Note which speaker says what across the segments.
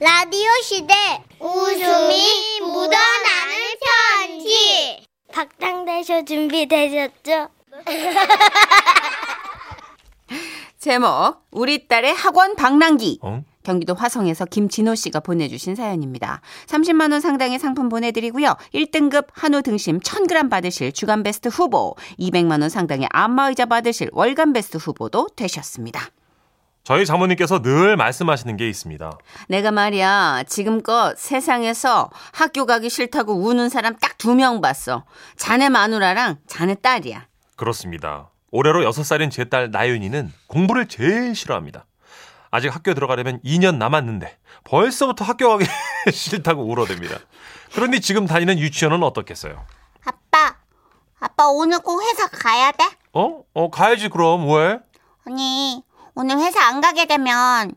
Speaker 1: 라디오 시대 웃음이 묻어나는 편지 박장대쇼 준비되셨죠?
Speaker 2: 제목 우리 딸의 학원 방랑기
Speaker 3: 어?
Speaker 2: 경기도 화성에서 김진호 씨가 보내주신 사연입니다. 30만 원 상당의 상품 보내드리고요. 1등급 한우 등심 1000g 받으실 주간베스트 후보 200만 원 상당의 안마의자 받으실 월간베스트 후보도 되셨습니다.
Speaker 3: 저희 장모님께서 늘 말씀하시는 게 있습니다.
Speaker 2: 내가 말이야 지금껏 세상에서 학교 가기 싫다고 우는 사람 딱 두 명 봤어. 자네 마누라랑 자네 딸이야.
Speaker 3: 그렇습니다. 올해로 6살인 제 딸 나윤이는 공부를 제일 싫어합니다. 아직 학교 들어가려면 2년 남았는데 벌써부터 학교 가기 싫다고 울어댑니다. 그런데 지금 다니는 유치원은 어떻겠어요?
Speaker 1: 아빠 아빠 오늘 꼭 회사 가야 돼?
Speaker 3: 어? 어, 가야지 그럼. 왜?
Speaker 1: 아니 오늘 회사 안 가게 되면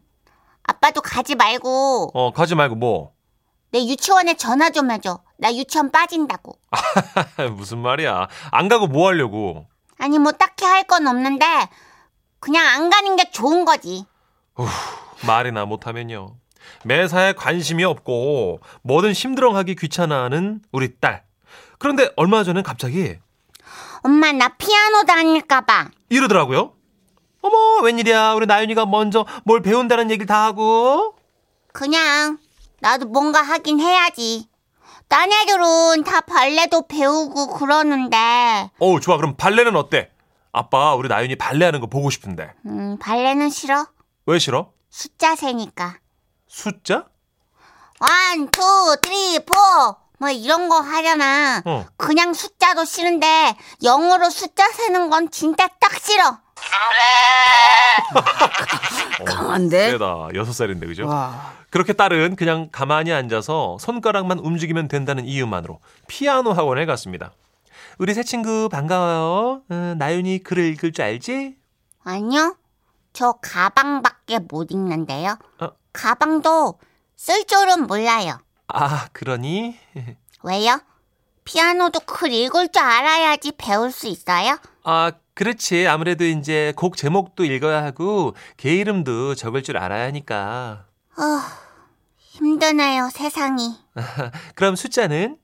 Speaker 1: 아빠도 가지 말고
Speaker 3: 어, 가지 말고 뭐.
Speaker 1: 내 유치원에 전화 좀 해줘 나 유치원 빠진다고
Speaker 3: 무슨 말이야. 안 가고 뭐 하려고.
Speaker 1: 아니 뭐 딱히 할 건 없는데 그냥 안 가는 게 좋은 거지
Speaker 3: 말이나 못하면요. 매사에 관심이 없고 뭐든 심드렁하기 귀찮아하는 우리 딸. 그런데 얼마 전엔 갑자기
Speaker 1: 엄마 나 피아노 다닐까봐
Speaker 3: 이러더라고요. 어머, 웬일이야. 우리 나윤이가 먼저 뭘 배운다는 얘기를 다 하고.
Speaker 1: 그냥 나도 뭔가 하긴 해야지. 딴 애들은 다 발레도 배우고 그러는데
Speaker 3: 어우, 좋아. 그럼 발레는 어때? 아빠, 우리 나윤이 발레하는 거 보고 싶은데.
Speaker 1: 음, 발레는 싫어.
Speaker 3: 왜 싫어?
Speaker 1: 숫자 세니까.
Speaker 3: 숫자?
Speaker 1: 원, 투, 쓰리, 포. 뭐 이런 거 하잖아.
Speaker 3: 어.
Speaker 1: 그냥 숫자도 싫은데 영어로 숫자 세는 건 진짜 딱 싫어. 네?
Speaker 2: 강한데?
Speaker 3: 세다. 여섯 살인데, 그죠?
Speaker 2: 와.
Speaker 3: 그렇게 딸은 그냥 가만히 앉아서 손가락만 움직이면 된다는 이유만으로 피아노 학원에 갔습니다. 우리 새 친구 반가워요. 어, 나윤이 글을 읽을 줄 알지?
Speaker 1: 아니요. 저 가방밖에 못 읽는데요.
Speaker 3: 어?
Speaker 1: 가방도 쓸 줄은 몰라요.
Speaker 3: 아, 그러니?
Speaker 1: 왜요? 피아노도 글 읽을 줄 알아야지 배울 수 있어요?
Speaker 3: 아, 그렇지. 아무래도 이제 곡 제목도 읽어야 하고 개 이름도 적을 줄 알아야 하니까.
Speaker 1: 힘드네요, 세상이.
Speaker 3: 그럼 숫자는?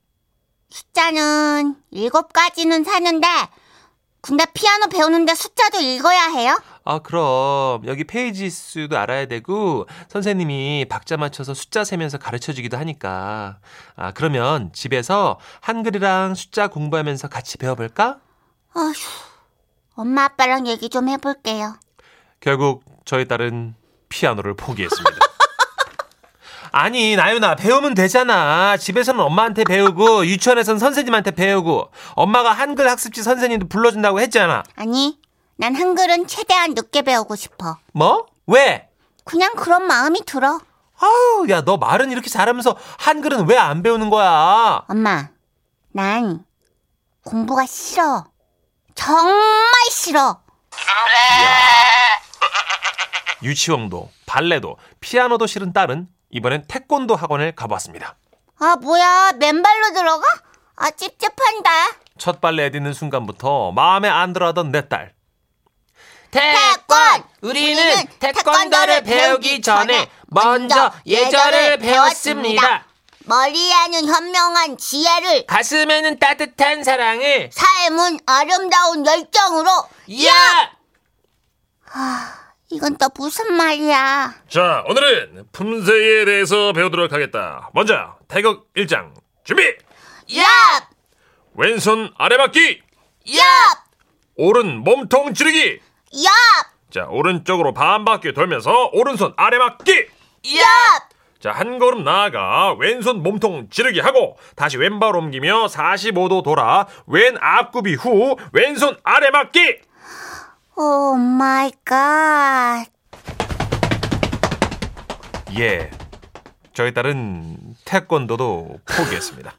Speaker 1: 숫자는 일곱 가지는 사는데, 근데 피아노 배우는데 숫자도 읽어야 해요?
Speaker 3: 아, 그럼 여기 페이지 수도 알아야 되고 선생님이 박자 맞춰서 숫자 세면서 가르쳐 주기도 하니까. 아, 그러면 집에서 한글이랑 숫자 공부하면서 같이 배워 볼까?
Speaker 1: 어휴, 엄마 아빠랑 얘기 좀 해볼게요.
Speaker 3: 결국 저희 딸은 피아노를 포기했습니다. 아니, 나윤아, 배우면 되잖아. 집에서는 엄마한테 배우고, 유치원에선 선생님한테 배우고, 엄마가 한글 학습지 선생님도 불러준다고 했잖아.
Speaker 1: 아니, 난 한글은 최대한 늦게 배우고 싶어.
Speaker 3: 뭐? 왜?
Speaker 1: 그냥 그런 마음이 들어.
Speaker 3: 아우, 야, 너 말은 이렇게 잘하면서 한글은 왜 안 배우는 거야?
Speaker 1: 엄마, 난 공부가 싫어. 정말 싫어.
Speaker 3: 유치원도, 발레도, 피아노도 싫은 딸은 이번엔 태권도 학원을 가봤습니다.
Speaker 1: 아, 뭐야, 맨발로 들어가? 아, 찝찝한다.
Speaker 3: 첫 발레에 드는 순간부터 마음에 안 들어하던 내 딸.
Speaker 1: 태권!
Speaker 4: 네, 우리는 태권도를 배우기 전에 먼저 예절을 배웠습니다.
Speaker 1: 머리에는 현명한 지혜를,
Speaker 4: 가슴에는 따뜻한 사랑을
Speaker 1: 삶은 아름다운 열정으로.
Speaker 4: 야!
Speaker 1: 이건 또 무슨 말이야?
Speaker 3: 자, 오늘은 품새에 대해서 배우도록 하겠다. 먼저 태극 1장 준비.
Speaker 1: 얍!
Speaker 3: 왼손 아래 바퀴,
Speaker 1: 얍!
Speaker 3: 오른 몸통 지르기.
Speaker 1: 얍!
Speaker 3: 자, 오른쪽으로 반 바퀴 돌면서 오른손 아래 바퀴.
Speaker 1: 얍!
Speaker 3: 자, 한 걸음 나아가 왼손 몸통 지르기 하고 다시 왼발 옮기며 45도 돌아 왼 앞구비 후 왼손 아래 바퀴.
Speaker 1: 오 마이 갓.
Speaker 3: 예. 저희 딸은 태권도도 포기했습니다.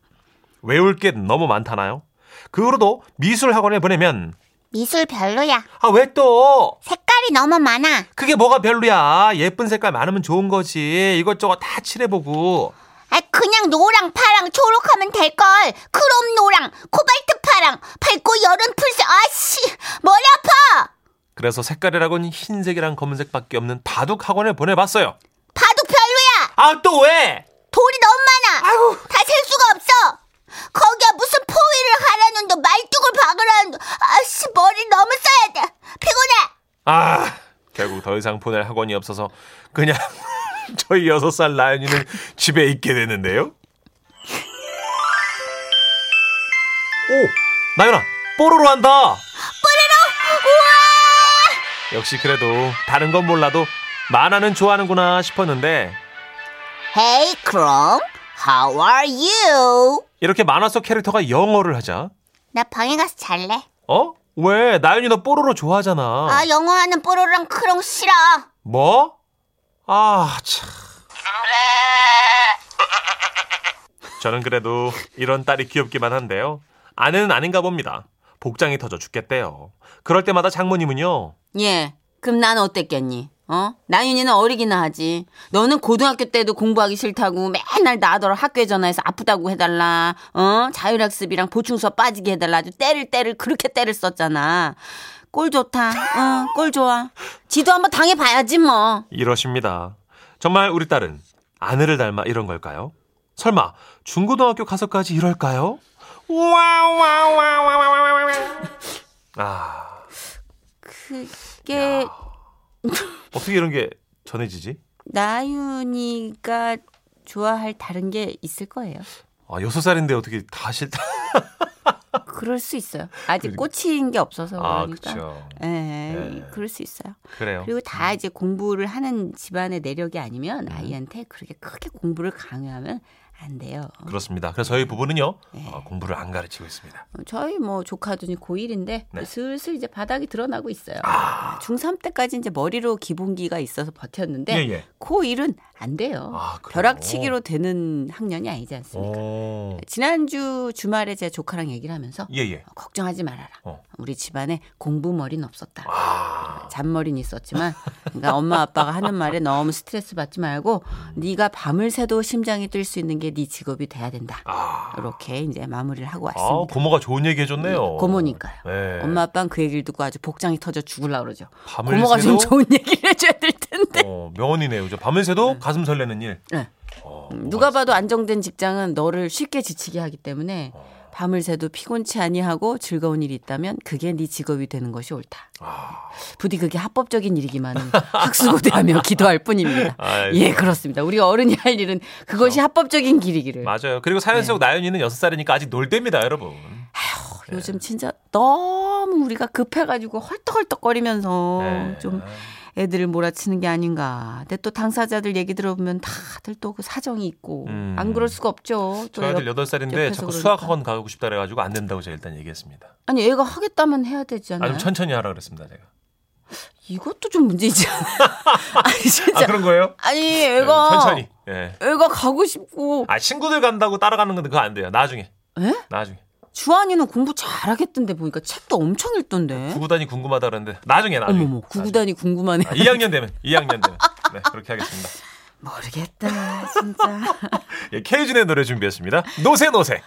Speaker 3: 외울 게 너무 많다나요? 그 후로도 미술 학원에 보내면
Speaker 1: 미술 별로야.
Speaker 3: 아 왜 또
Speaker 1: 색깔이 너무 많아.
Speaker 3: 그게 뭐가 별로야 예쁜 색깔 많으면 좋은 거지 이것저것 다 칠해보고
Speaker 1: 아, 그냥 노랑, 파랑, 초록하면 될걸. 크롬 노랑, 코발트 파랑, 밝고 여름 풀색. 아씨, 머리 아파.
Speaker 3: 그래서 색깔이라곤 흰색이랑 검은색밖에 없는 바둑 학원에 보내봤어요
Speaker 1: 바둑 별로야.
Speaker 3: 아, 또 왜?
Speaker 1: 돌이 너무 많아.
Speaker 3: 아이고.
Speaker 1: 다 셀 수가 없어. 거기야 무슨 포위를 하라는 둥 말뚝을 박으라는 둥 아씨 머리 너무 써야 돼. 피곤해.
Speaker 3: 아, 결국 더 이상 보낼 학원이 없어서 그냥 저희 여섯 살 라연이는 집에 있게 되는데요. 오, 나연아, 뽀로로 한다. 뽀로로, 우와! 역시 그래도 다른 건 몰라도 만화는 좋아하는구나 싶었는데
Speaker 1: Hey 크롱, how are you?
Speaker 3: 이렇게 만화 속 캐릭터가 영어를 하자.
Speaker 1: 나 방에 가서 잘래.
Speaker 3: 어? 왜? 나연이 너 뽀로로 좋아하잖아.
Speaker 1: 아 영어하는 뽀로로랑 크롱 싫어.
Speaker 3: 뭐? 아, 참. 저는 그래도 이런 딸이 귀엽기만 한데요. 아내는 아닌가 봅니다. 복장이 터져 죽겠대요. 그럴 때마다 장모님은요.
Speaker 2: 예. 그럼 난 어땠겠니? 어? 나윤이는 어리기나 하지. 너는 고등학교 때도 공부하기 싫다고 맨날 나더러 학교에 전화해서 아프다고 해달라. 어? 자율학습이랑 보충수업 빠지게 해달라. 아주 때를 때를 그렇게 때를 썼잖아. 꼴 좋다. 어, 꼴 좋아. 지도 한번 당해봐야지 뭐.
Speaker 3: 이러십니다. 정말 우리 딸은 아내를 닮아 이런 걸까요? 설마 중고등학교 가서까지 이럴까요?
Speaker 4: 와와와와와와와와.
Speaker 3: 아,
Speaker 2: 그게
Speaker 3: 어떻게 이런 게 전해지지?
Speaker 2: 나윤이가 좋아할 다른 게 있을 거예요.
Speaker 3: 아, 여섯 살인데 어떻게 다 싫다.
Speaker 2: 그럴 수 있어요. 아직 꽂힌 게 없어서
Speaker 3: 아,
Speaker 2: 그러니까.
Speaker 3: 그쵸.
Speaker 2: 예,
Speaker 3: 예.
Speaker 2: 그럴 수 있어요.
Speaker 3: 그래요.
Speaker 2: 그리고 다 이제 공부를 하는 집안의 내력이 아니면
Speaker 3: 네.
Speaker 2: 아이한테 그렇게 크게 공부를 강요하면 안 돼요.
Speaker 3: 그렇습니다. 그래서 저희 부부는요
Speaker 2: 예.
Speaker 3: 어, 공부를 안 가르치고 있습니다.
Speaker 2: 어, 저희 뭐 조카들이 고1인데
Speaker 3: 네. 아.
Speaker 2: 슬슬 이제 바닥이 드러나고 있어요. 중3 때까지 이제 머리로 기본기가 있어서 버텼는데
Speaker 3: 예, 예.
Speaker 2: 고1은 안 돼요.
Speaker 3: 아, 그래요? 어.
Speaker 2: 벼락치기로 되는 학년이 아니지 않습니까?
Speaker 3: 오,
Speaker 2: 지난주 주말에 제가 조카랑 얘기를 하면서
Speaker 3: 예예.
Speaker 2: 어, 걱정하지 말아라.
Speaker 3: 어. 아.
Speaker 2: 우리 집안에 공부 머리는 없었다. 잔머리는 있었지만, 그러니까 엄마 아빠가 하는 말에 너무 스트레스 받지 말고, 네가 밤을 새도 심장이 뛸 수 있는 게 네 직업이 돼야 된다. 이렇게 이제 마무리를 하고
Speaker 3: 아,
Speaker 2: 왔습니다. 예,
Speaker 3: 고모가 좋은 얘기 해줬네요.
Speaker 2: 고모니까요.
Speaker 3: 네.
Speaker 2: 엄마 아빠는 그 얘기를 듣고 아주 복장이 터져 죽을라 그러죠.
Speaker 3: 밤을
Speaker 2: 고모가 좀
Speaker 3: 새도
Speaker 2: 좋은 얘기를 해줘야 될 텐데.
Speaker 3: 어, 명언이네요. 저 밤을
Speaker 2: 음.
Speaker 3: 새도 가슴 설레는 일.
Speaker 2: 네.
Speaker 3: 어,
Speaker 2: 음, 누가 봐도 안정된 직장은 너를 쉽게 지치게 하기 때문에
Speaker 3: 어.
Speaker 2: 밤을 새도 피곤치 아니하고 즐거운 일이 있다면 그게 네 직업이 되는 것이 옳다.
Speaker 3: 아.
Speaker 2: 부디 그게 합법적인 일이기만은 학수고대하며 기도할 뿐입니다.
Speaker 3: 아이고.
Speaker 2: 예, 그렇습니다. 우리 어른이 할 일은 그것이 합법적인 길이기를.
Speaker 3: 맞아요. 그리고
Speaker 2: 예.
Speaker 3: 사연 속 나연이는 여섯 살이니까 아직 놀 때입니다, 여러분.
Speaker 2: 요즘 진짜 너무 우리가 급해가지고 헐떡헐떡거리면서
Speaker 3: 네.
Speaker 2: 좀 애들을 몰아치는 게 아닌가. 근데 또 당사자들 얘기 들어보면 다들 또 그 사정이 있고
Speaker 3: 음.
Speaker 2: 안 그럴 수가 없죠. 또
Speaker 3: 저희 아들
Speaker 2: 옆-
Speaker 3: 여덟 살인데
Speaker 2: 옆에서
Speaker 3: 자꾸
Speaker 2: 그러니까.
Speaker 3: 수학학원 가고 싶다 그래가지고 안 된다고 제가 일단 얘기했습니다.
Speaker 2: 아니 애가 하겠다면 해야 되지 않나요?
Speaker 3: 아좀 천천히 하라 그랬습니다, 제가.
Speaker 2: 이것도 좀 문제이지 않아요? 아니
Speaker 3: 아
Speaker 2: 진짜
Speaker 3: 그런 거예요?
Speaker 2: 아니
Speaker 3: 네,
Speaker 2: 애가
Speaker 3: 천천히. 예.
Speaker 2: 애가 가고 싶고
Speaker 3: 아 친구들 간다고 따라가는 건데 그거 안 돼요. 나중에.
Speaker 2: 에?
Speaker 3: 나중에.
Speaker 2: 주한이는 공부 잘하겠던데 보니까 책도 엄청 읽던데
Speaker 3: 구구단이 궁금하다 그러는데 나중에 나중에.
Speaker 2: 어머머 구구단이 궁금하네
Speaker 3: 아, 2학년 되면 2학년 되면 네, 그렇게 하겠습니다.
Speaker 2: 모르겠다 진짜
Speaker 3: 예, 케이준의 노래 준비했습니다. 노세 노세.